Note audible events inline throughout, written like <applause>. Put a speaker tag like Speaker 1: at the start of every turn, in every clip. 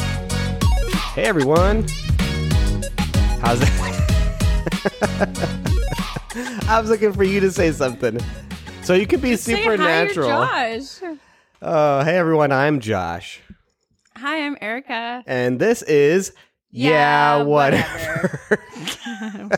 Speaker 1: Hey everyone. How's it? <laughs> I was looking for you to say something. So you could be
Speaker 2: Say
Speaker 1: supernatural.
Speaker 2: Hi, you're Josh.
Speaker 1: Oh, hey everyone, I'm Josh.
Speaker 2: Hi, I'm Erica.
Speaker 1: And this is Yeah,
Speaker 2: Yeah,
Speaker 1: whatever.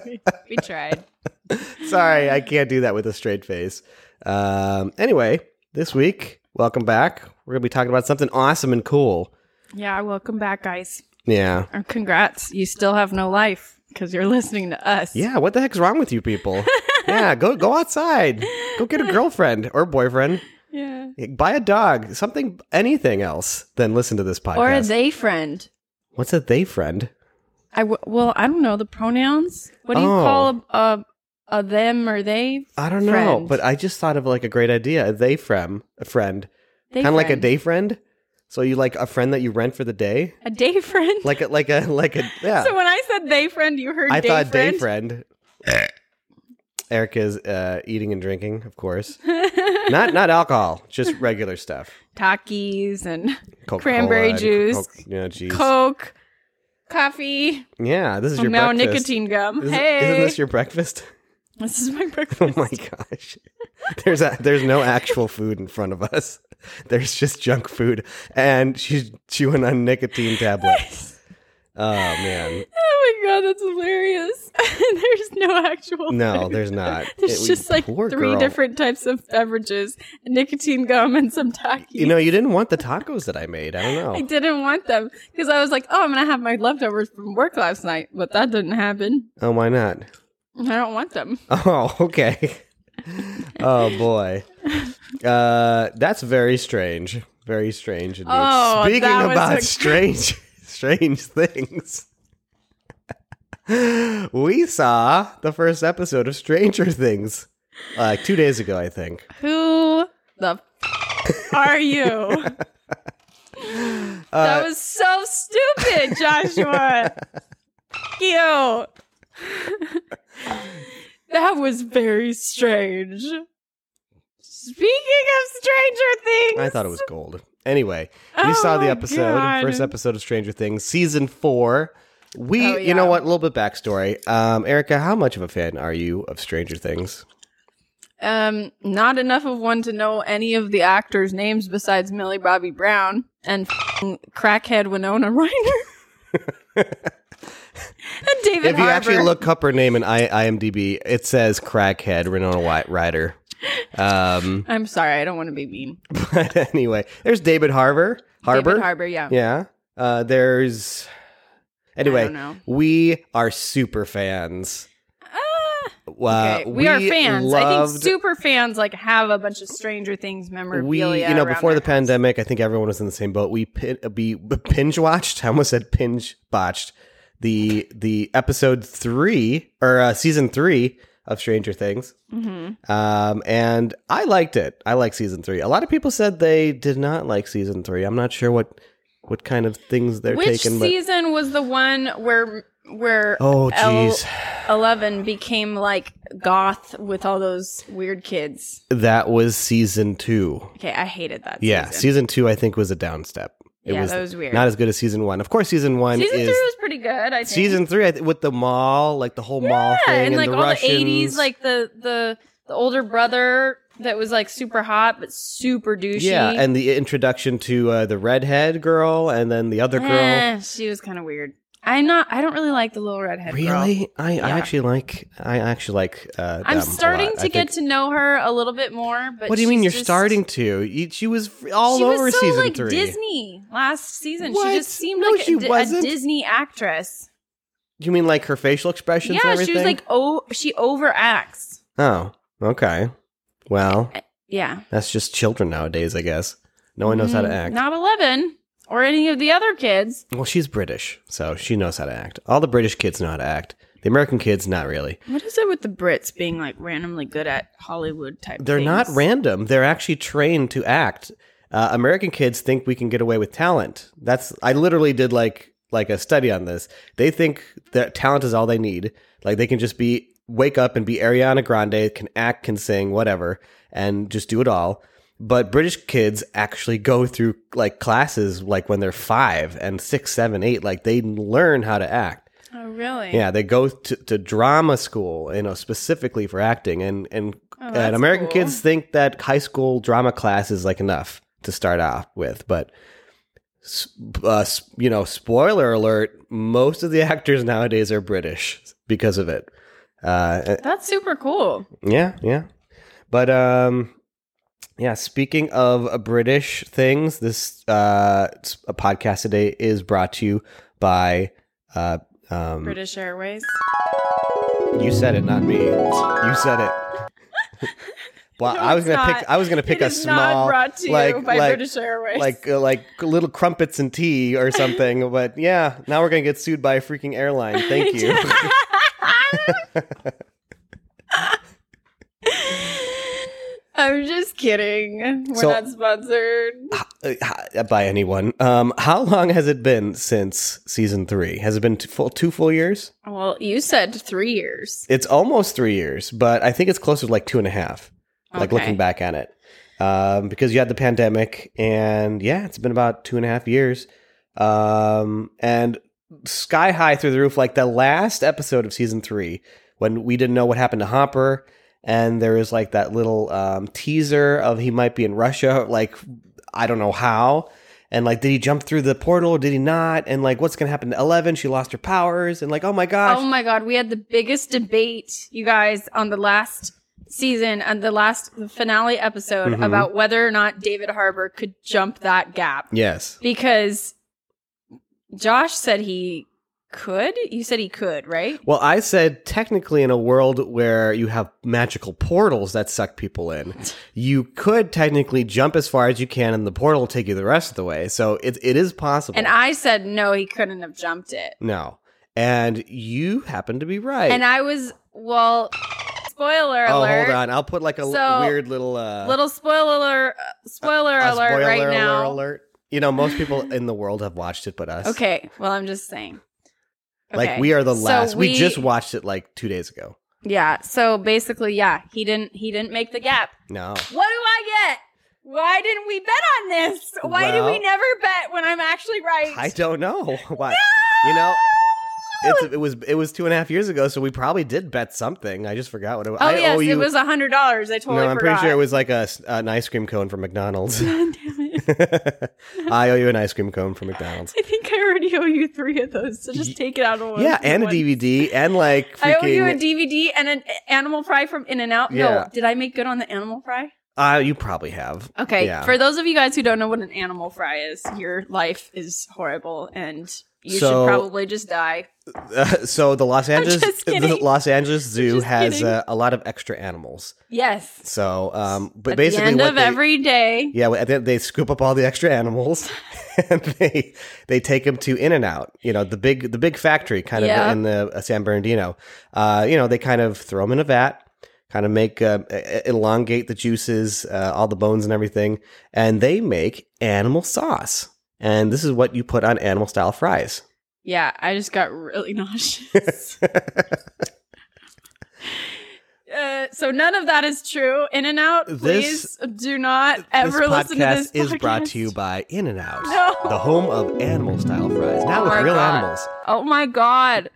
Speaker 2: we, we tried.
Speaker 1: <laughs> Sorry, I can't do that with a straight face. Um, anyway, this week, welcome back. We're going to be talking about something awesome and cool.
Speaker 2: <laughs> Yeah, welcome back, guys.
Speaker 1: Yeah.
Speaker 2: And congrats. You still have no life because you're listening to us.
Speaker 1: Yeah, what the heck's wrong with you people? yeah, go go outside. Go get a girlfriend or boyfriend.
Speaker 2: Yeah.
Speaker 1: Buy a dog, something anything else than listen to this podcast.
Speaker 2: Or a they friend.
Speaker 1: What's a they friend?
Speaker 2: I w- well, I don't know the pronouns. What do you
Speaker 1: Oh.
Speaker 2: call a, a, a them or they?
Speaker 1: I don't know,
Speaker 2: Friend.
Speaker 1: but I just thought of like a great idea. A they from a friend.
Speaker 2: they
Speaker 1: Kind of like a
Speaker 2: friend.
Speaker 1: day friend. So you like a friend that you rent for the day?
Speaker 2: A day friend.
Speaker 1: Like a like a like
Speaker 2: <laughs>
Speaker 1: a <laughs> yeah.
Speaker 2: So when I said they friend, you heard
Speaker 1: I
Speaker 2: day
Speaker 1: thought
Speaker 2: friend.
Speaker 1: day friend.
Speaker 2: <laughs>
Speaker 1: Erica is uh, eating and drinking, of
Speaker 2: <laughs>
Speaker 1: course. not not alcohol, just regular stuff.
Speaker 2: Takis and
Speaker 1: Coca-Cola
Speaker 2: Cranberry
Speaker 1: and
Speaker 2: juice,
Speaker 1: Coke- yeah, geez.
Speaker 2: Coke, coffee,
Speaker 1: yeah, this is your
Speaker 2: now
Speaker 1: breakfast.
Speaker 2: nicotine gum.
Speaker 1: Is,
Speaker 2: hey.
Speaker 1: Isn't this your breakfast?
Speaker 2: This is my
Speaker 1: <laughs>
Speaker 2: breakfast.
Speaker 1: Oh my gosh. There's a, there's no actual food in front of us. <laughs> There's just junk food, and she's chewing on nicotine
Speaker 2: <laughs>
Speaker 1: tablet. Oh man,
Speaker 2: Oh my god, that's hilarious. <laughs> there's no actual.
Speaker 1: no,
Speaker 2: food.
Speaker 1: there's not.
Speaker 2: There's
Speaker 1: It-
Speaker 2: just like
Speaker 1: poor
Speaker 2: three
Speaker 1: girl.
Speaker 2: different types of beverages: nicotine gum and some Takis.
Speaker 1: You know, you didn't want the tacos that I made. I don't know.
Speaker 2: <laughs> I didn't want them because I was like, "Oh, I'm gonna have my leftovers from work last night," but that didn't happen.
Speaker 1: Oh, why not?
Speaker 2: I don't want them.
Speaker 1: Oh, <laughs> okay. oh boy, uh, that's very strange. Very strange. Indeed.
Speaker 2: Oh,
Speaker 1: Speaking
Speaker 2: that was
Speaker 1: about
Speaker 2: a-
Speaker 1: strange, <laughs> strange things, <laughs> we saw the first episode of Stranger Things like two days ago, I think.
Speaker 2: Who the f- are you? that was so stupid, Joshua. F- you. that was very strange. Speaking of Stranger Things,
Speaker 1: I thought it was gold. Anyway, we saw
Speaker 2: Oh
Speaker 1: the
Speaker 2: my
Speaker 1: episode,
Speaker 2: God.
Speaker 1: first episode of Stranger Things, season four. We,
Speaker 2: Oh,
Speaker 1: you know
Speaker 2: yeah.
Speaker 1: what? A little bit backstory. Um, Erica, how much of a fan are you of Stranger Things?
Speaker 2: um, not enough of one to know any of the actors' names besides Millie Bobby Brown and f- crackhead Winona Ryder.
Speaker 1: <laughs>
Speaker 2: and David
Speaker 1: If you
Speaker 2: Harbour.
Speaker 1: actually look up her name in I- IMDb, it says crackhead Renona White Rider. Um, <laughs>
Speaker 2: I'm sorry, I don't want to be mean.
Speaker 1: but anyway, there's David Harbour. Harbor.
Speaker 2: David Harbor, yeah.
Speaker 1: Yeah. Uh, there's.
Speaker 2: I
Speaker 1: Anyway,
Speaker 2: don't know.
Speaker 1: we are super fans.
Speaker 2: Ah,
Speaker 1: Uh,
Speaker 2: okay. we, are fans. I think super fans like have a bunch of Stranger Things
Speaker 1: we,
Speaker 2: memorabilia.
Speaker 1: you know,
Speaker 2: around
Speaker 1: before the
Speaker 2: their house.
Speaker 1: pandemic, I think everyone was in the same boat. We pin, we binge watched. I almost said pinge botched the the episode three or uh, season three of Stranger Things.
Speaker 2: Mhm.
Speaker 1: Um, and I liked it. I like season three. A lot of people said they did not like season three. I'm not sure what what kind of things they're
Speaker 2: Which
Speaker 1: taking.
Speaker 2: season was the one where where
Speaker 1: but oh,
Speaker 2: L-
Speaker 1: jeez,
Speaker 2: Eleven became like goth with all those weird kids?
Speaker 1: that was season two.
Speaker 2: Okay, I hated that.
Speaker 1: Yeah,
Speaker 2: season,
Speaker 1: season two. I think was a downstep. It
Speaker 2: yeah,
Speaker 1: was
Speaker 2: that was weird.
Speaker 1: not as good as season one. Of course, season one
Speaker 2: season
Speaker 1: is
Speaker 2: three was pretty good. I think.
Speaker 1: season three I th- with the mall, like the whole mall
Speaker 2: yeah,
Speaker 1: thing,
Speaker 2: and like
Speaker 1: the
Speaker 2: all
Speaker 1: Russians.
Speaker 2: the '80s, like the the the older brother that was like super hot but super douchey.
Speaker 1: yeah, and the introduction to uh, the redhead girl, and then the other girl.
Speaker 2: Eh, she was kind of weird. I'm not. I don't really like the little redhead. girl.
Speaker 1: Really, I, I
Speaker 2: Yeah.
Speaker 1: actually like I actually like. Uh,
Speaker 2: I'm
Speaker 1: them a
Speaker 2: starting
Speaker 1: lot,
Speaker 2: to
Speaker 1: I
Speaker 2: get
Speaker 1: think.
Speaker 2: to know her a little bit more. But
Speaker 1: What do you mean
Speaker 2: she's
Speaker 1: you're
Speaker 2: just-
Speaker 1: starting to? You- She was f- all
Speaker 2: she
Speaker 1: over
Speaker 2: was so
Speaker 1: season
Speaker 2: like
Speaker 1: three.
Speaker 2: Disney last season.
Speaker 1: What?
Speaker 2: She just seemed
Speaker 1: No,
Speaker 2: like a
Speaker 1: she
Speaker 2: Di- a,
Speaker 1: wasn't.
Speaker 2: Disney actress.
Speaker 1: You mean like her facial expressions? and
Speaker 2: yeah,
Speaker 1: everything?
Speaker 2: she was like oh, she overacts.
Speaker 1: Oh, okay. Well,
Speaker 2: Yeah,
Speaker 1: that's just children nowadays, I guess. No one knows how to
Speaker 2: Mm,
Speaker 1: act.
Speaker 2: Not Eleven or any of the other kids.
Speaker 1: Well, she's British, so she knows how to act. All the British kids know how to act. The American kids, not really.
Speaker 2: What is it with the Brits being like randomly good at Hollywood type?
Speaker 1: They're not
Speaker 2: things?
Speaker 1: random. They're actually trained to act. Uh, American kids think we can get away with talent. That's I literally did like like a study on this. They think that talent is all they need. Like they can just be wake up and be Ariana Grande, can act, can sing, whatever, and just do it all. But British kids actually go through like classes like when they're five and six, seven, eight, like they learn how to act.
Speaker 2: Oh, really?
Speaker 1: Yeah, they go to, to drama school, you know, specifically for acting. And and,
Speaker 2: Oh,
Speaker 1: and
Speaker 2: that's
Speaker 1: American
Speaker 2: cool.
Speaker 1: kids think that high school drama class is like enough to start off with, but s- uh, s- you know, spoiler alert: most of the <laughs> actors nowadays are British because of it. Uh,
Speaker 2: That's super cool.
Speaker 1: yeah, yeah. But um yeah, speaking of uh, British things, this uh s- a podcast today is brought to you by uh um
Speaker 2: British Airways.
Speaker 1: you said it, not me. You said
Speaker 2: <laughs>
Speaker 1: it. Well,
Speaker 2: No,
Speaker 1: I was
Speaker 2: it's
Speaker 1: gonna
Speaker 2: not.
Speaker 1: pick. I was gonna pick
Speaker 2: It
Speaker 1: a
Speaker 2: is
Speaker 1: small,
Speaker 2: not brought to
Speaker 1: like,
Speaker 2: you by
Speaker 1: like,
Speaker 2: British Airways.
Speaker 1: like, uh, like little crumpets and tea
Speaker 2: <laughs>
Speaker 1: or something. But yeah, now we're gonna get sued by a freaking airline. Thank
Speaker 2: <laughs>
Speaker 1: you.
Speaker 2: I'm just kidding. We're
Speaker 1: So-
Speaker 2: not sponsored.
Speaker 1: <laughs> Uh, h- by anyone. Um, how long has it been since season three? Has it been two full two full years?
Speaker 2: Well, you said three years.
Speaker 1: It's almost three years, but I think it's closer to like two and a half. Like
Speaker 2: Okay.
Speaker 1: looking back at it, um, because you had the pandemic, and yeah, it's been about two and a half years, um, and sky high through the roof. Like the last episode of season three, when we didn't know what happened to Hopper, and there was like that little um, teaser of he might be in Russia. Like I don't know how. And like, did he jump through the portal or did he not? And like, what's gonna happen to Eleven? She lost her powers, and like, oh my gosh,
Speaker 2: Oh my god, we had the biggest debate, you guys, on the last season and the last finale episode
Speaker 1: Mhm.
Speaker 2: about whether or not David Harbour could jump that gap.
Speaker 1: yes,
Speaker 2: Because Josh said he could. You said he could, right?
Speaker 1: Well, I said technically in a world where you have magical portals that suck people in,
Speaker 2: <laughs>
Speaker 1: you could technically jump as far as you can and the portal will take you the rest of the way. So it, it is possible.
Speaker 2: And I said no, he couldn't have jumped it.
Speaker 1: no. And you happen to be right.
Speaker 2: And I was well spoiler
Speaker 1: oh,
Speaker 2: alert.
Speaker 1: hold on. I'll put like a l-
Speaker 2: So,
Speaker 1: weird little uh,
Speaker 2: Little spoiler uh, spoiler
Speaker 1: a
Speaker 2: alert
Speaker 1: spoiler
Speaker 2: right now.
Speaker 1: alert, alert. You know, most people in the world have watched it but us.
Speaker 2: Okay, well I'm just saying.
Speaker 1: Like
Speaker 2: Okay,
Speaker 1: we are the
Speaker 2: so
Speaker 1: last. we just watched it like 2 days ago.
Speaker 2: Yeah. So basically, yeah, he didn't he didn't make the gap.
Speaker 1: No.
Speaker 2: What do I get? Why didn't we bet on this? Why do we
Speaker 1: Well-
Speaker 2: never bet when I'm actually right?
Speaker 1: I don't know <laughs> why. You know, it's, it was it was two and a half years ago, so we probably did bet something. I just forgot what it was.
Speaker 2: oh
Speaker 1: I
Speaker 2: yes,
Speaker 1: owe you.
Speaker 2: it was a hundred dollars. I
Speaker 1: no,
Speaker 2: totally
Speaker 1: I'm
Speaker 2: forgot.
Speaker 1: pretty sure it was like a s- an ice cream cone from McDonald's. <laughs>
Speaker 2: <laughs> Damn it.
Speaker 1: I owe you an ice cream cone from McDonald's.
Speaker 2: <laughs> I think I already owe you three of those, so just
Speaker 1: Ye-
Speaker 2: take it out of one.
Speaker 1: Yeah, and a
Speaker 2: one.
Speaker 1: DVD, and
Speaker 2: <laughs>
Speaker 1: like
Speaker 2: I owe you a
Speaker 1: freaking.
Speaker 2: DVD and an animal fry from In and Out.
Speaker 1: Yeah.
Speaker 2: No, did I make good on the animal fry?
Speaker 1: uh, you probably have. <laughs>
Speaker 2: Okay,
Speaker 1: Yeah.
Speaker 2: for those of you guys who don't know what an animal fry is, your life is horrible and you
Speaker 1: So-
Speaker 2: should probably just die.
Speaker 1: Uh, so the Los Angeles
Speaker 2: just kidding.
Speaker 1: <laughs> the Los Angeles Zoo
Speaker 2: just
Speaker 1: has
Speaker 2: kidding.
Speaker 1: uh, a lot of extra animals.
Speaker 2: Yes.
Speaker 1: So, um, but
Speaker 2: At
Speaker 1: basically,
Speaker 2: the end
Speaker 1: what
Speaker 2: of
Speaker 1: they-
Speaker 2: every day.
Speaker 1: Yeah, well, they, they scoop up all the extra animals <laughs> and they they take them to In and Out. You know, the big the big factory kind of
Speaker 2: Yeah.
Speaker 1: in the uh, San Bernardino. Uh, you know, they kind of throw them in a vat, kind of make uh, e- e- elongate the juices, uh, all the bones and everything, and they make animal sauce. And this is what you put on animal style fries.
Speaker 2: Yeah, I just got
Speaker 1: <laughs>
Speaker 2: really <laughs> nauseous. Uh, so none of that is true. In and out,
Speaker 1: This-
Speaker 2: please do not ever
Speaker 1: this
Speaker 2: listen to
Speaker 1: podcast
Speaker 2: this.
Speaker 1: is brought to
Speaker 2: podcast.
Speaker 1: you by In and Out,
Speaker 2: <laughs> No.
Speaker 1: the home of animal style fries, now
Speaker 2: Oh
Speaker 1: with
Speaker 2: my
Speaker 1: real
Speaker 2: God.
Speaker 1: animals.
Speaker 2: Oh my god.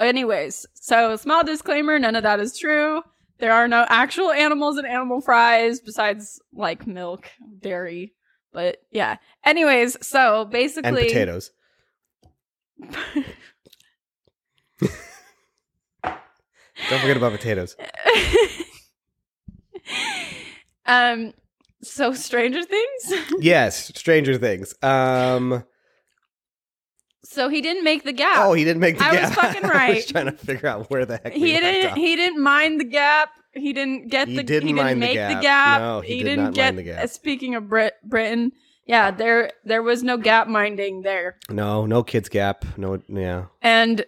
Speaker 2: Anyways, so small disclaimer, none of that is true. There are no actual animals in animal fries besides like milk, dairy. But yeah. Anyways, so basically
Speaker 1: And
Speaker 2: <laughs>
Speaker 1: potatoes. Don't forget about
Speaker 2: <laughs>
Speaker 1: potatoes.
Speaker 2: <laughs> um so Stranger Things.
Speaker 1: Yes, Stranger Things. Um,
Speaker 2: So he didn't make the gap.
Speaker 1: oh, he didn't make the
Speaker 2: I was
Speaker 1: gap. <laughs>
Speaker 2: fucking
Speaker 1: I was
Speaker 2: right.
Speaker 1: trying to figure out where the heck we
Speaker 2: he
Speaker 1: left
Speaker 2: didn't
Speaker 1: off.
Speaker 2: he didn't mind the gap he didn't get
Speaker 1: He
Speaker 2: the
Speaker 1: didn't
Speaker 2: he didn't
Speaker 1: mind the
Speaker 2: make
Speaker 1: gap.
Speaker 2: the gap
Speaker 1: No, he did
Speaker 2: didn't
Speaker 1: not
Speaker 2: get uh,
Speaker 1: mind the gap.
Speaker 2: speaking of Brit- britain yeah there there was no gap minding there
Speaker 1: No, no kids gap. No, yeah.
Speaker 2: and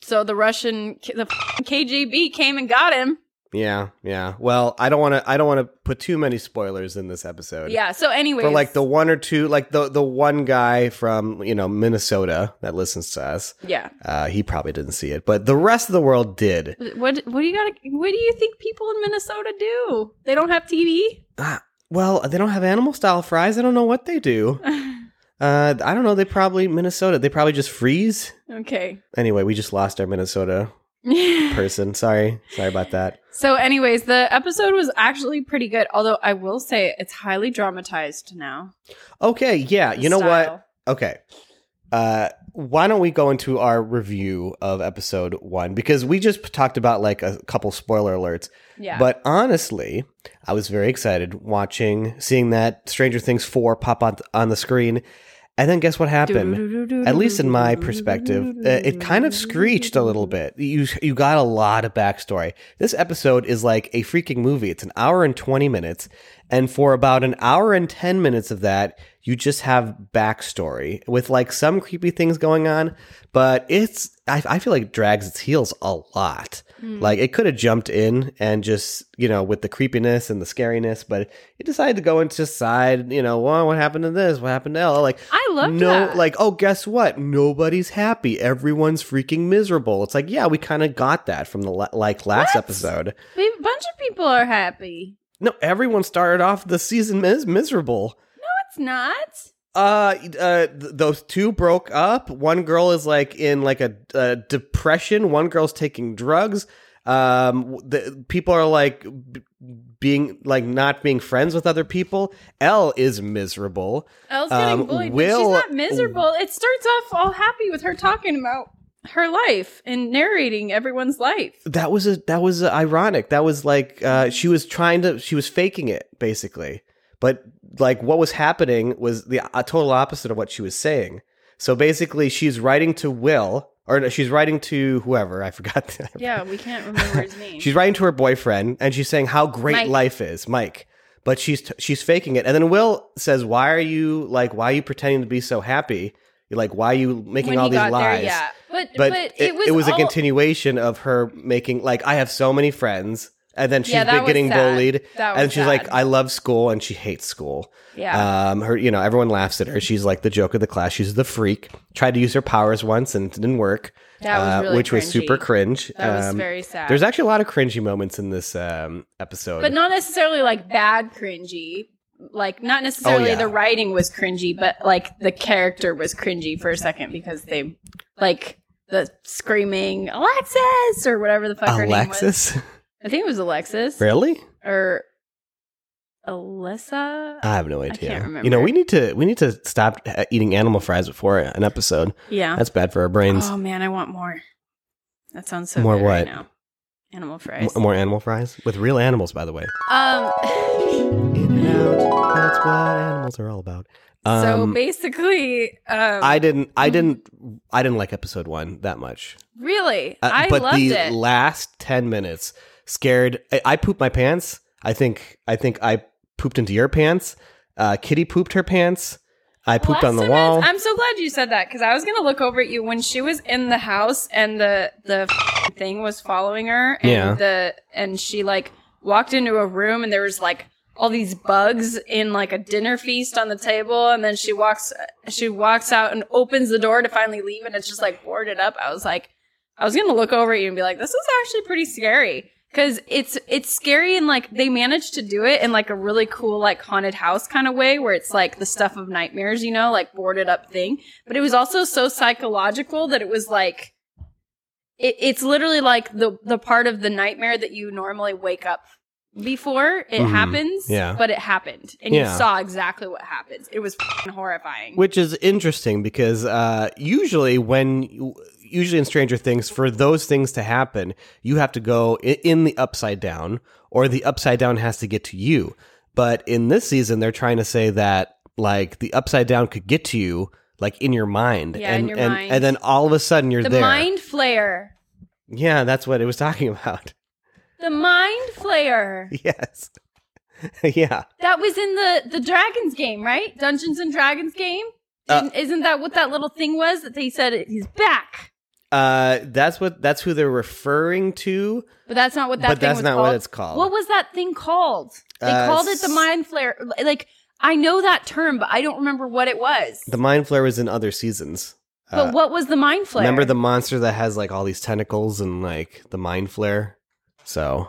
Speaker 2: so the russian the f***ing kgb came and got him
Speaker 1: Yeah, yeah. Well, I don't want to. I don't want to put too many spoilers in this episode.
Speaker 2: Yeah. So, anyways,
Speaker 1: For like the one or two, like the the one guy from you know Minnesota that listens to us,
Speaker 2: yeah.
Speaker 1: uh, he probably didn't see it, but the rest of the world did.
Speaker 2: What what do you got? What do you think people in Minnesota do? They don't have TV.
Speaker 1: Ah, well, they don't have animal style fries. I don't know what they do. Uh, I don't know. They probably Minnesota. They probably just freeze.
Speaker 2: <laughs> okay.
Speaker 1: Anyway, we just lost our Minnesota person. Sorry, sorry about that.
Speaker 2: <laughs> so, anyways, the episode was actually pretty good. Although I will say it's highly dramatized now.
Speaker 1: Okay, yeah. Uh, You know what?
Speaker 2: Style.
Speaker 1: Okay. Uh, why don't we go into our review of episode one? Because we just talked about like a couple spoiler alerts.
Speaker 2: Yeah.
Speaker 1: But honestly, I was very excited watching, seeing that Stranger Things 4 pop on, on the screen. And then guess what happened? At least in my perspective, uh, it kind of screeched a little bit. You you got a lot of backstory. This episode is like a freaking movie. It's an hour and 20 minutes, and for about an hour and 10 minutes of that, you just have backstory with like some creepy things going on, but it's I, I feel like it drags its heels a lot.
Speaker 2: Hmm.
Speaker 1: Like it could have jumped in and just, you know, with the creepiness and the scariness, but it decided to go into side, you know, well, what happened to this? What happened to L? Like
Speaker 2: I love
Speaker 1: no
Speaker 2: that.
Speaker 1: like oh guess what nobody's happy everyone's freaking miserable it's like yeah we kind of got that from the la- like last
Speaker 2: What?
Speaker 1: episode
Speaker 2: a bunch of people are happy.
Speaker 1: no everyone started off the season mis- miserable
Speaker 2: It's not.
Speaker 1: uh, uh th- those two broke up one girl is like in like a, a depression one girl's taking drugs um w- the people are like b- being like not being friends with other people l is miserable
Speaker 2: Elle's getting
Speaker 1: Um,
Speaker 2: bullied,
Speaker 1: Will-
Speaker 2: but she's not miserable. It starts off all happy with her talking about her life and narrating everyone's life.
Speaker 1: that was a that was a ironic. That was like uh, she was trying to she was faking it basically, but like what was happening was the uh, total opposite of what she was saying. So basically, she's writing to Will or no, she's writing to whoever I forgot. the-
Speaker 2: Yeah, we can't
Speaker 1: <laughs>
Speaker 2: remember his name.
Speaker 1: she's writing to her boyfriend and she's saying how great
Speaker 2: Mike.
Speaker 1: life is, Mike. But she's t- she's faking it, and then Will says, "Why are you like? Why are you pretending to be so happy? You're like, why are you making
Speaker 2: when
Speaker 1: all
Speaker 2: he
Speaker 1: these
Speaker 2: got
Speaker 1: lies?"
Speaker 2: there, yeah. But but,
Speaker 1: but, it,
Speaker 2: it was
Speaker 1: it was
Speaker 2: all,
Speaker 1: a continuation of her making like I have so many friends, and then she's
Speaker 2: Yeah, that
Speaker 1: been
Speaker 2: was
Speaker 1: getting
Speaker 2: sad.
Speaker 1: bullied,
Speaker 2: That was
Speaker 1: and she's like,
Speaker 2: sad.
Speaker 1: I love school, and she hates school.
Speaker 2: yeah,
Speaker 1: Um, her, you know, everyone laughs at her. She's like the joke of the class. She's the freak. Tried to use her powers once and it didn't work,
Speaker 2: that was
Speaker 1: uh,
Speaker 2: really
Speaker 1: which was
Speaker 2: cringy.
Speaker 1: super cringe.
Speaker 2: That was
Speaker 1: Um,
Speaker 2: very sad.
Speaker 1: there's actually a lot of cringy moments in this um, episode.
Speaker 2: but not necessarily like bad cringy. Like not necessarily
Speaker 1: Oh, yeah.
Speaker 2: the writing was cringy, but like the character was cringy for a second because they like the screaming Alexis or whatever the fuck her name was.
Speaker 1: Alexis, <laughs>
Speaker 2: I think it was Alexis
Speaker 1: really?
Speaker 2: or Alyssa.
Speaker 1: I have no idea.
Speaker 2: can't
Speaker 1: You know,
Speaker 2: remember.
Speaker 1: we need to we need to stop uh, eating animal fries before an episode.
Speaker 2: Yeah.
Speaker 1: That's bad for our brains.
Speaker 2: Oh man, I want more. That sounds so
Speaker 1: More
Speaker 2: good right
Speaker 1: what?
Speaker 2: now. Animal
Speaker 1: M-
Speaker 2: fries.
Speaker 1: more animal fries with real animals, by the way.
Speaker 2: Um. <laughs>
Speaker 1: That's what animals are all about.
Speaker 2: so
Speaker 1: Um,
Speaker 2: basically, um,
Speaker 1: I didn't, I didn't, I didn't like episode one that much.
Speaker 2: really,
Speaker 1: Uh,
Speaker 2: I
Speaker 1: but
Speaker 2: loved
Speaker 1: the
Speaker 2: it.
Speaker 1: last ten minutes scared. I, I pooped my pants. I think, I think I pooped into your pants. Uh, Kitty pooped her pants. I pooped
Speaker 2: Last
Speaker 1: on the
Speaker 2: time I
Speaker 1: wall.
Speaker 2: was- I'm so glad you said that because I was gonna look over at you when she was in the house and the the f- thing was following her. And
Speaker 1: Yeah.
Speaker 2: The and she like walked into a room and there was like all these bugs in like a dinner feast on the table and then she walks she walks out and opens the door to finally leave and it's just like boarded up. I was like, I was gonna look over at you and be like, this is actually pretty scary. Cause it's it's scary and like they managed to do it in like a really cool like haunted house kind of way where it's like the stuff of nightmares, you know, like boarded up thing. But it was also so psychological that it was like it, it's literally like the the part of the nightmare that you normally wake up before it
Speaker 1: Mhm.
Speaker 2: happens.
Speaker 1: Yeah.
Speaker 2: But it happened. And
Speaker 1: Yeah.
Speaker 2: you saw exactly what happens. It was fing horrifying.
Speaker 1: which is interesting because uh, usually when usually in stranger things for those things to happen you have to go i- in the upside down or the upside down has to get to you but in this season they're trying to say that like the upside down could get to you like in your mind
Speaker 2: Yeah, in
Speaker 1: and
Speaker 2: your
Speaker 1: and,
Speaker 2: mind.
Speaker 1: and then all of a sudden you're
Speaker 2: the
Speaker 1: there
Speaker 2: mind flare.
Speaker 1: yeah that's what it was <laughs> talking about
Speaker 2: The mind flare.
Speaker 1: yes <laughs> yeah
Speaker 2: That was in the the Dragons game, right? Dungeons and Dragons game.
Speaker 1: Uh,
Speaker 2: Didn't- Isn't that what that little thing was that they said it- he's back?
Speaker 1: Uh, that's what that's who they're referring to,
Speaker 2: But that's not what that
Speaker 1: but
Speaker 2: thing
Speaker 1: that's
Speaker 2: was
Speaker 1: not
Speaker 2: called.
Speaker 1: what it's called.
Speaker 2: What was that thing called? They
Speaker 1: Uh,
Speaker 2: called it the
Speaker 1: s-
Speaker 2: mind flare. Like I know that term, but I don't remember what it was.
Speaker 1: the mind flare was in other seasons.
Speaker 2: but
Speaker 1: uh,
Speaker 2: what was the mind flare?
Speaker 1: Remember the monster that has like all these tentacles and like the mind flare? So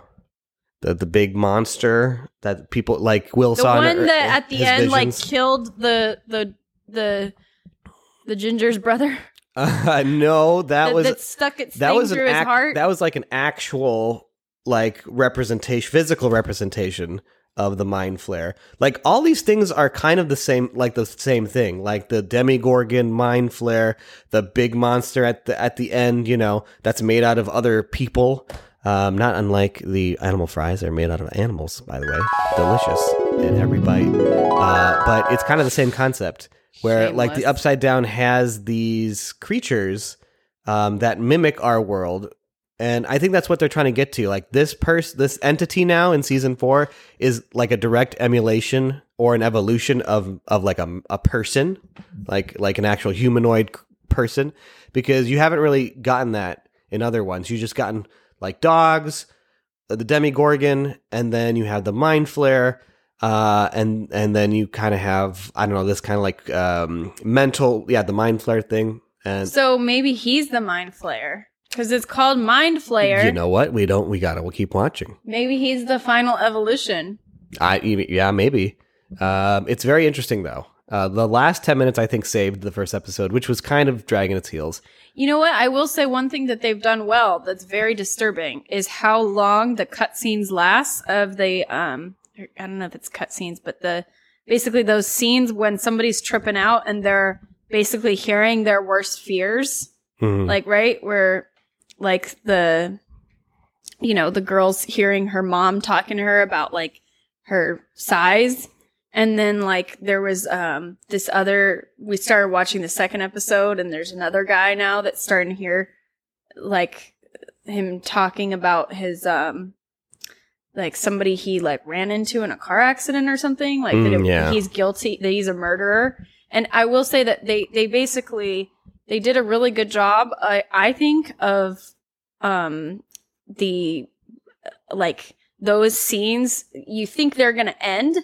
Speaker 1: the the big monster that people like Will
Speaker 2: the
Speaker 1: saw in
Speaker 2: one
Speaker 1: her- eh,
Speaker 2: that at the
Speaker 1: his
Speaker 2: end
Speaker 1: <laughs>
Speaker 2: like
Speaker 1: visions.
Speaker 2: killed the the the the ginger's brother.
Speaker 1: Uh, no, <laughs> that was
Speaker 2: that stuck its
Speaker 1: that
Speaker 2: thing
Speaker 1: was an
Speaker 2: through his
Speaker 1: ac-
Speaker 2: heart.
Speaker 1: that was like an actual like representation physical representation of the mind flare like all these things are kind of the same like the same thing like the demigorgon mind flare the big monster at the at the end you know that's made out of other people um, not unlike the animal fries they're made out of animals by the way delicious in every bite uh, but it's kind of the same concept where like the
Speaker 2: Shameless.
Speaker 1: upside down has these creatures um, that mimic our world. And I think that's what they're trying to get to. Like this person, this entity now in season four is like a direct emulation or an evolution of of like a, a person, like like an actual humanoid c- person, because you haven't really gotten that in other ones. You've just gotten like dogs, uh, the Demigorgon, and then you have the Mind Flare, uh, and and then you kind of have I don't know this kind of like um, mental yeah the Mind Flare thing. And
Speaker 2: so maybe he's the mind flare because it's called mind flare.
Speaker 1: You know what? We don't. We gotta. We'll keep watching.
Speaker 2: maybe he's the final evolution.
Speaker 1: I e, yeah maybe. Um, it's very interesting though. Uh, the last ten minutes I think saved the first episode, which was kind of dragging its heels.
Speaker 2: You know what? I will say one thing that they've done well that's very disturbing is how long the cutscenes last of the um I don't know if it's cutscenes, but the basically those scenes when somebody's tripping out and they're basically hearing their worst fears.
Speaker 1: Mhm.
Speaker 2: Like right where like the you know, the girl's hearing her mom talking to her about like her size and then like there was um this other we started watching the second episode and there's another guy now that's starting to hear like him talking about his um like somebody he like ran into in a car accident or something like that
Speaker 1: Mm,
Speaker 2: it-
Speaker 1: yeah.
Speaker 2: he's guilty that he's a murderer and i will say that they they basically they did a really good job i i think of um the like those scenes you think they're going to end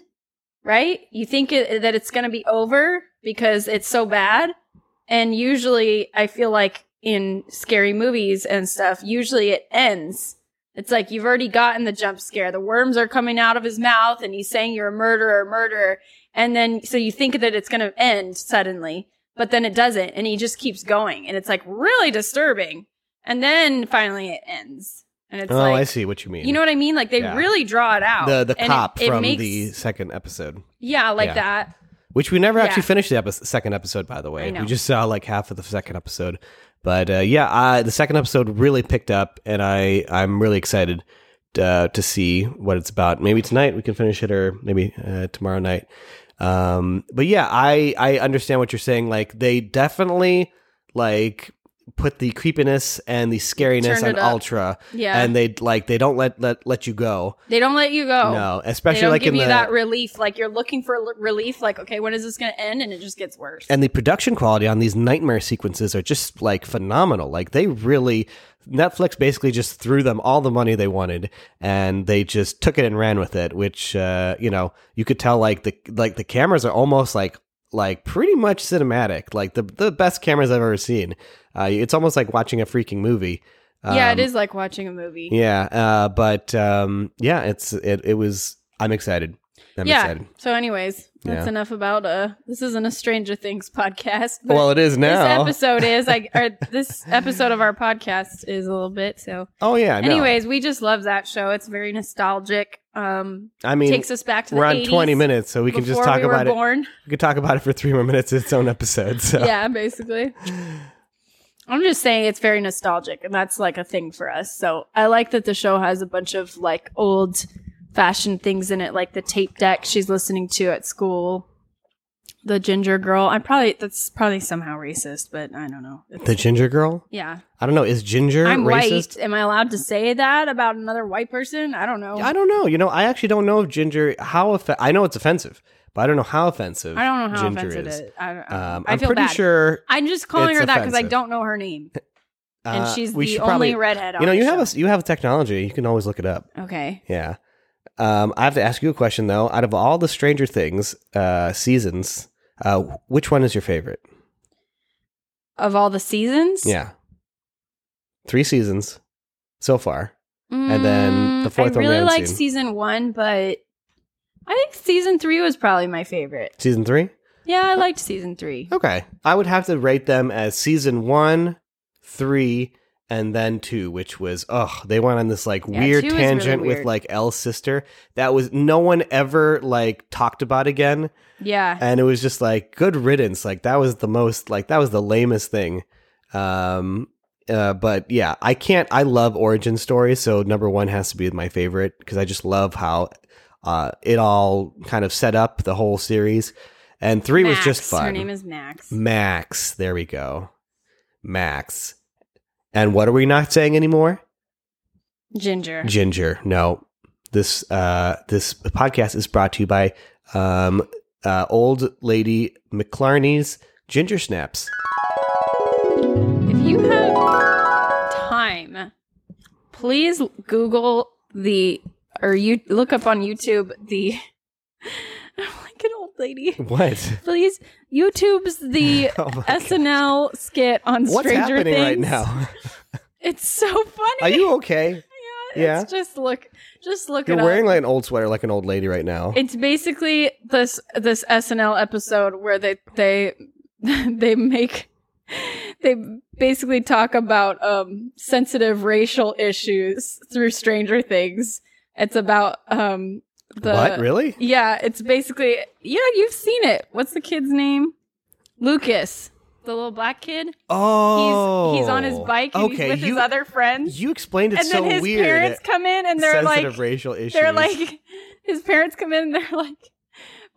Speaker 2: right you think it, that it's going to be over because it's so bad and usually i feel like in scary movies and stuff usually it ends it's like you've already gotten the jump scare the worms are coming out of his mouth and he's saying you're a murderer murderer and then so you think that it's going to end suddenly but then it doesn't and he just keeps going and it's like really disturbing and then finally it ends and it's
Speaker 1: oh,
Speaker 2: like
Speaker 1: I see what you mean.
Speaker 2: you know what I mean? Like they
Speaker 1: Yeah.
Speaker 2: really draw it out.
Speaker 1: the the
Speaker 2: And it-
Speaker 1: cop
Speaker 2: it
Speaker 1: from
Speaker 2: makes-
Speaker 1: the second episode,
Speaker 2: yeah, like
Speaker 1: yeah.
Speaker 2: that.
Speaker 1: which we never actually
Speaker 2: Yeah.
Speaker 1: finished the epi- second episode. By the
Speaker 2: I
Speaker 1: way,
Speaker 2: know.
Speaker 1: we just saw like half of the second episode. But uh, yeah, I, the second episode really picked up, and I I'm really excited uh, to see what it's about. Maybe tonight we can finish it, or maybe uh, tomorrow night. Um, but yeah, I I understand what you're saying. Like they definitely like put the creepiness and the scariness
Speaker 2: Turned
Speaker 1: on
Speaker 2: it up.
Speaker 1: ultra,
Speaker 2: Yeah,
Speaker 1: and they like they don't let let let you go.
Speaker 2: they don't let you go.
Speaker 1: No,
Speaker 2: Oh. They
Speaker 1: especially
Speaker 2: don't
Speaker 1: like
Speaker 2: give
Speaker 1: in
Speaker 2: you
Speaker 1: the
Speaker 2: that relief. Like you're looking for l- relief. Like okay, when is this going to end? And it just gets worse.
Speaker 1: and the production quality on these nightmare sequences are just like phenomenal like they really netflix basically just threw them all the money they wanted and they just took it and ran with it which uh, you know you could tell like the like the cameras are almost like like pretty much cinematic like the the best cameras i've ever seen uh, it's almost like watching a freaking movie
Speaker 2: yeah,
Speaker 1: Um,
Speaker 2: it is like watching a movie.
Speaker 1: yeah uh, but um, yeah it's it, it was i'm excited i'm
Speaker 2: Yeah.
Speaker 1: excited
Speaker 2: So, anyways, that's
Speaker 1: Yeah.
Speaker 2: enough about uh. This isn't a Stranger Things podcast. but
Speaker 1: well it is
Speaker 2: this
Speaker 1: now
Speaker 2: episode is like, or
Speaker 1: <laughs>
Speaker 2: this episode of our podcast is a little bit. So,
Speaker 1: oh yeah no.
Speaker 2: anyways, we just love that show. It's very nostalgic. Um,
Speaker 1: i mean
Speaker 2: takes us back to
Speaker 1: we're
Speaker 2: the
Speaker 1: on
Speaker 2: 80s
Speaker 1: 20 minutes so we can just
Speaker 2: before
Speaker 1: talk
Speaker 2: we were
Speaker 1: about it
Speaker 2: born.
Speaker 1: we could talk about it for three more minutes it's its own episode <laughs> so
Speaker 2: yeah, basically. I'm just saying it's very nostalgic, and that's like a thing for us. So I like that the show has a bunch of like old fashioned things in it, like the tape deck she's listening to at school, the ginger girl. I probably that's probably somehow racist, but I don't know.
Speaker 1: the ginger girl
Speaker 2: yeah,
Speaker 1: i don't know is ginger
Speaker 2: I'm
Speaker 1: racist
Speaker 2: white. Am I allowed to say that about another white person? I don't know.
Speaker 1: i don't know you know i actually don't know if ginger how offe- i know it's offensive but i don't know how offensive
Speaker 2: I don't know how
Speaker 1: ginger
Speaker 2: offensive
Speaker 1: is
Speaker 2: it. I don't, I don't know.
Speaker 1: um
Speaker 2: I
Speaker 1: i'm
Speaker 2: feel
Speaker 1: pretty
Speaker 2: bad.
Speaker 1: sure
Speaker 2: I'm just calling
Speaker 1: it's
Speaker 2: her that because I
Speaker 1: offensive.
Speaker 2: don't know her name. and
Speaker 1: Uh,
Speaker 2: she's
Speaker 1: we
Speaker 2: the
Speaker 1: should
Speaker 2: only
Speaker 1: probably-
Speaker 2: redhead. On
Speaker 1: You know,
Speaker 2: the
Speaker 1: you have
Speaker 2: show.
Speaker 1: a, you have technology. You can always look it up.
Speaker 2: okay.
Speaker 1: Yeah. Um, I have to ask you a question though. Out of all the Stranger Things uh, seasons, uh, which one is your favorite?
Speaker 2: Of all the seasons,
Speaker 1: Yeah, three seasons so far. And then the
Speaker 2: Mm,
Speaker 1: fourth
Speaker 2: I
Speaker 1: one we
Speaker 2: really
Speaker 1: haven't
Speaker 2: like
Speaker 1: seen.
Speaker 2: season one, but I think season three was probably my favorite.
Speaker 1: Season three.
Speaker 2: Yeah, I liked season three.
Speaker 1: Okay, I would have to rate them as season one, three, and then two, which was oh, they went on this like
Speaker 2: Yeah,
Speaker 1: weird
Speaker 2: two is really
Speaker 1: tangent with
Speaker 2: weird.
Speaker 1: like Elle's sister that was no one ever like talked about again.
Speaker 2: Yeah,
Speaker 1: and it was just like good riddance like that was the most like that was the lamest thing um uh, but yeah i can't i love origin stories so number one has to be my favorite because i just love how uh it all kind of set up the whole series and three
Speaker 2: Max.
Speaker 1: was just fun
Speaker 2: Her name is Max.
Speaker 1: max there we go max and what are we not saying anymore
Speaker 2: Ginger.
Speaker 1: Ginger. No, this uh, this podcast is brought to you by um, uh, old lady McClarney's Ginger Snaps.
Speaker 2: If you have time, please Google the or you look up on YouTube the <laughs> I'm like an old lady.
Speaker 1: What?
Speaker 2: Please YouTube's the
Speaker 1: <laughs> Oh my God.
Speaker 2: SNL skit on
Speaker 1: What's
Speaker 2: Stranger
Speaker 1: happening
Speaker 2: Things.
Speaker 1: right now?
Speaker 2: It's so funny.
Speaker 1: Are you
Speaker 2: <laughs>
Speaker 1: okay?
Speaker 2: yeah,
Speaker 1: Yeah.
Speaker 2: it's just look just look
Speaker 1: You're
Speaker 2: it up.
Speaker 1: wearing like an old sweater, like an old lady right now.
Speaker 2: It's basically this this SNL episode where they they <laughs> they make they basically talk about um sensitive racial issues through Stranger Things. It's about um the
Speaker 1: what? Really?
Speaker 2: Yeah, it's basically yeah, you've seen it. What's the kid's name? Lucas, the little black kid.
Speaker 1: Oh,
Speaker 2: He's he's on his bike and
Speaker 1: okay,
Speaker 2: he's with
Speaker 1: you
Speaker 2: his other friends.
Speaker 1: you explained it
Speaker 2: and
Speaker 1: so
Speaker 2: then his
Speaker 1: weird.
Speaker 2: parents come in and they're
Speaker 1: sensitive
Speaker 2: like
Speaker 1: racial issues.
Speaker 2: they're like his parents come in and they're like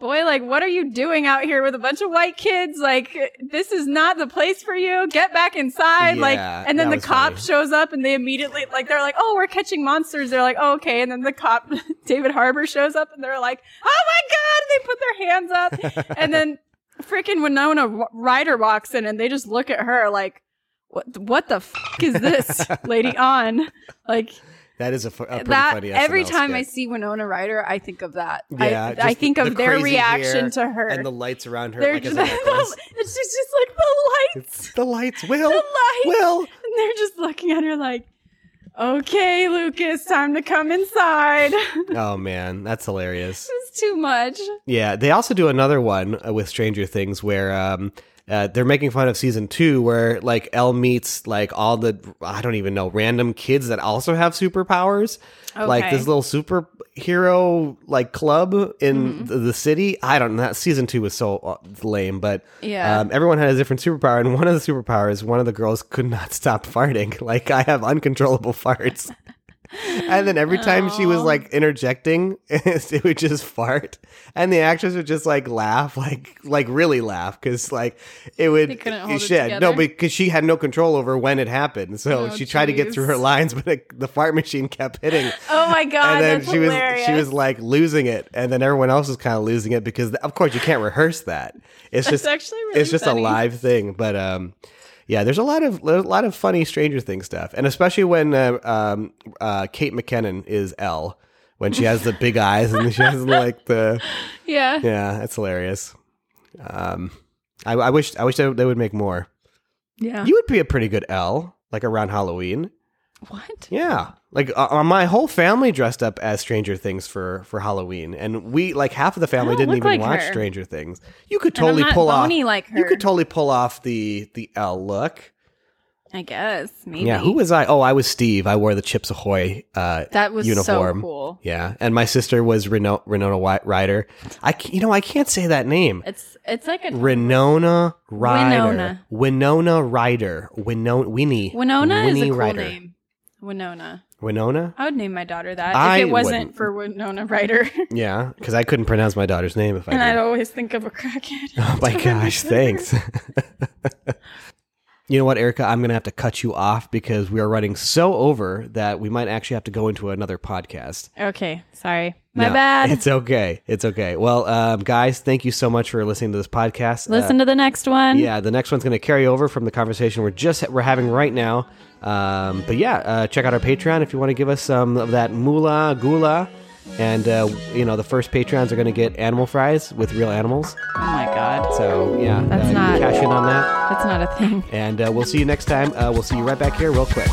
Speaker 2: boy like what are you doing out here with a bunch of white kids like this is not the place for you get back inside like
Speaker 1: Yeah,
Speaker 2: and then
Speaker 1: that
Speaker 2: the
Speaker 1: was
Speaker 2: cop
Speaker 1: funny.
Speaker 2: shows up and they immediately like they're like oh we're catching monsters they're like oh, okay and then the cop <laughs> david harbor shows up and they're like oh my god and they put their
Speaker 1: <laughs>
Speaker 2: hands up and then freaking winona Wi- ryder walks in and they just look at her like what, what the f- is this
Speaker 1: <laughs>
Speaker 2: lady on like
Speaker 1: that is a, fu- a pretty
Speaker 2: that
Speaker 1: funny
Speaker 2: every
Speaker 1: SNL
Speaker 2: time
Speaker 1: skit.
Speaker 2: I see Winona Ryder, I think of that.
Speaker 1: Yeah,
Speaker 2: I, I
Speaker 1: just
Speaker 2: think
Speaker 1: the-
Speaker 2: of
Speaker 1: the
Speaker 2: their
Speaker 1: crazy
Speaker 2: reaction
Speaker 1: hair
Speaker 2: to her.
Speaker 1: and the lights around her,
Speaker 2: they're
Speaker 1: like as
Speaker 2: just,
Speaker 1: a
Speaker 2: <laughs>
Speaker 1: necklace.
Speaker 2: it's just, just like the lights,
Speaker 1: It's the lights.
Speaker 2: the
Speaker 1: Will,
Speaker 2: lights,
Speaker 1: Will,
Speaker 2: and they're just looking at her like, "Okay, Lucas, time to come inside." <laughs>
Speaker 1: Oh man, that's hilarious.
Speaker 2: it's too much.
Speaker 1: Yeah, they also do another one uh, with Stranger Things where um uh, they're making fun of season 2 where like Elle meets like all the I don't even know random kids that also have superpowers. Like
Speaker 2: Okay.
Speaker 1: this little superhero like club in
Speaker 2: Mhm.
Speaker 1: the, the city. I don't know. That season 2 was so uh, lame, but
Speaker 2: Yeah.
Speaker 1: um, everyone had a different superpower and one of the superpowers one of the girls could not stop farting. <laughs> Like I have uncontrollable farts. And then every time she was
Speaker 2: Aw.
Speaker 1: like interjecting, <laughs> it would just fart, and the actress would just like laugh, like like really laugh, because like it would.
Speaker 2: They couldn't hold it
Speaker 1: she had- no,
Speaker 2: together?
Speaker 1: because she had no control over when it happened, so
Speaker 2: Oh,
Speaker 1: she tried to get
Speaker 2: jeez.
Speaker 1: through her lines, but it, the fart machine kept hitting,
Speaker 2: oh my god,
Speaker 1: and then
Speaker 2: that's
Speaker 1: she
Speaker 2: hilarious.
Speaker 1: was she was like losing it, and then everyone else was kind of losing it because of course you can't rehearse that. It's
Speaker 2: that's
Speaker 1: just
Speaker 2: actually really
Speaker 1: it's just
Speaker 2: funny.
Speaker 1: a live thing but um yeah there's a lot of a lot of funny stranger things stuff and especially when uh, um uh kate mckinnon is l when she has the
Speaker 2: <laughs>
Speaker 1: big eyes and she has like the
Speaker 2: Yeah.
Speaker 1: yeah that's hilarious um i, I wish i wish they, they would make more
Speaker 2: Yeah.
Speaker 1: you would be a pretty good l like around halloween
Speaker 2: what?
Speaker 1: yeah like uh, my whole family dressed up as stranger things for for halloween and we like half of the family
Speaker 2: don't
Speaker 1: didn't
Speaker 2: look
Speaker 1: even
Speaker 2: like
Speaker 1: watch
Speaker 2: her.
Speaker 1: stranger things you could
Speaker 2: And I'm
Speaker 1: totally
Speaker 2: not
Speaker 1: pull off
Speaker 2: bony like her.
Speaker 1: you could totally pull off the the L look.
Speaker 2: I guess maybe.
Speaker 1: Yeah, who was I? Oh, I was Steve. I wore the Chips Ahoy. Uh,
Speaker 2: that was so
Speaker 1: uniform?
Speaker 2: cool.
Speaker 1: yeah, and my sister was Reno- Renona Wi- Ryder. I c- you know I can't say that name.
Speaker 2: It's it's like a
Speaker 1: Renona Ryder.
Speaker 2: Winona.
Speaker 1: Winona Ryder. Winona Winnie.
Speaker 2: Winona is a
Speaker 1: Winnie
Speaker 2: cool
Speaker 1: Ryder.
Speaker 2: name. Winona.
Speaker 1: Winona.
Speaker 2: I would name my daughter that
Speaker 1: I
Speaker 2: if it wasn't
Speaker 1: wouldn't.
Speaker 2: for Winona Ryder.
Speaker 1: Yeah, because I couldn't pronounce my daughter's name if I. <laughs>
Speaker 2: <laughs> and
Speaker 1: did.
Speaker 2: <laughs> I'd always think of a crackhead.
Speaker 1: Oh my gosh! Thanks. <laughs> You know what, Erica? I'm going to have to cut you off because we are running so over that we might actually have to go into another podcast.
Speaker 2: Okay, sorry. My
Speaker 1: No,
Speaker 2: bad.
Speaker 1: It's okay. It's okay. Well, um, guys, thank you so much for listening to this podcast. Uh,
Speaker 2: Listen to the next one.
Speaker 1: yeah, the next one's going to carry over from the conversation we're just we're having right now. Um, but yeah, uh, check out our Patreon if you want to give us some of that moolah gula. And uh, you know, the first Patreons are going to get animal fries with real animals.
Speaker 2: Oh my god.
Speaker 1: So yeah,
Speaker 2: That's
Speaker 1: uh,
Speaker 2: not-
Speaker 1: cash in on that.
Speaker 2: That's not a thing.
Speaker 1: And uh, we'll see you next time. Uh, we'll see you right back here, real quick.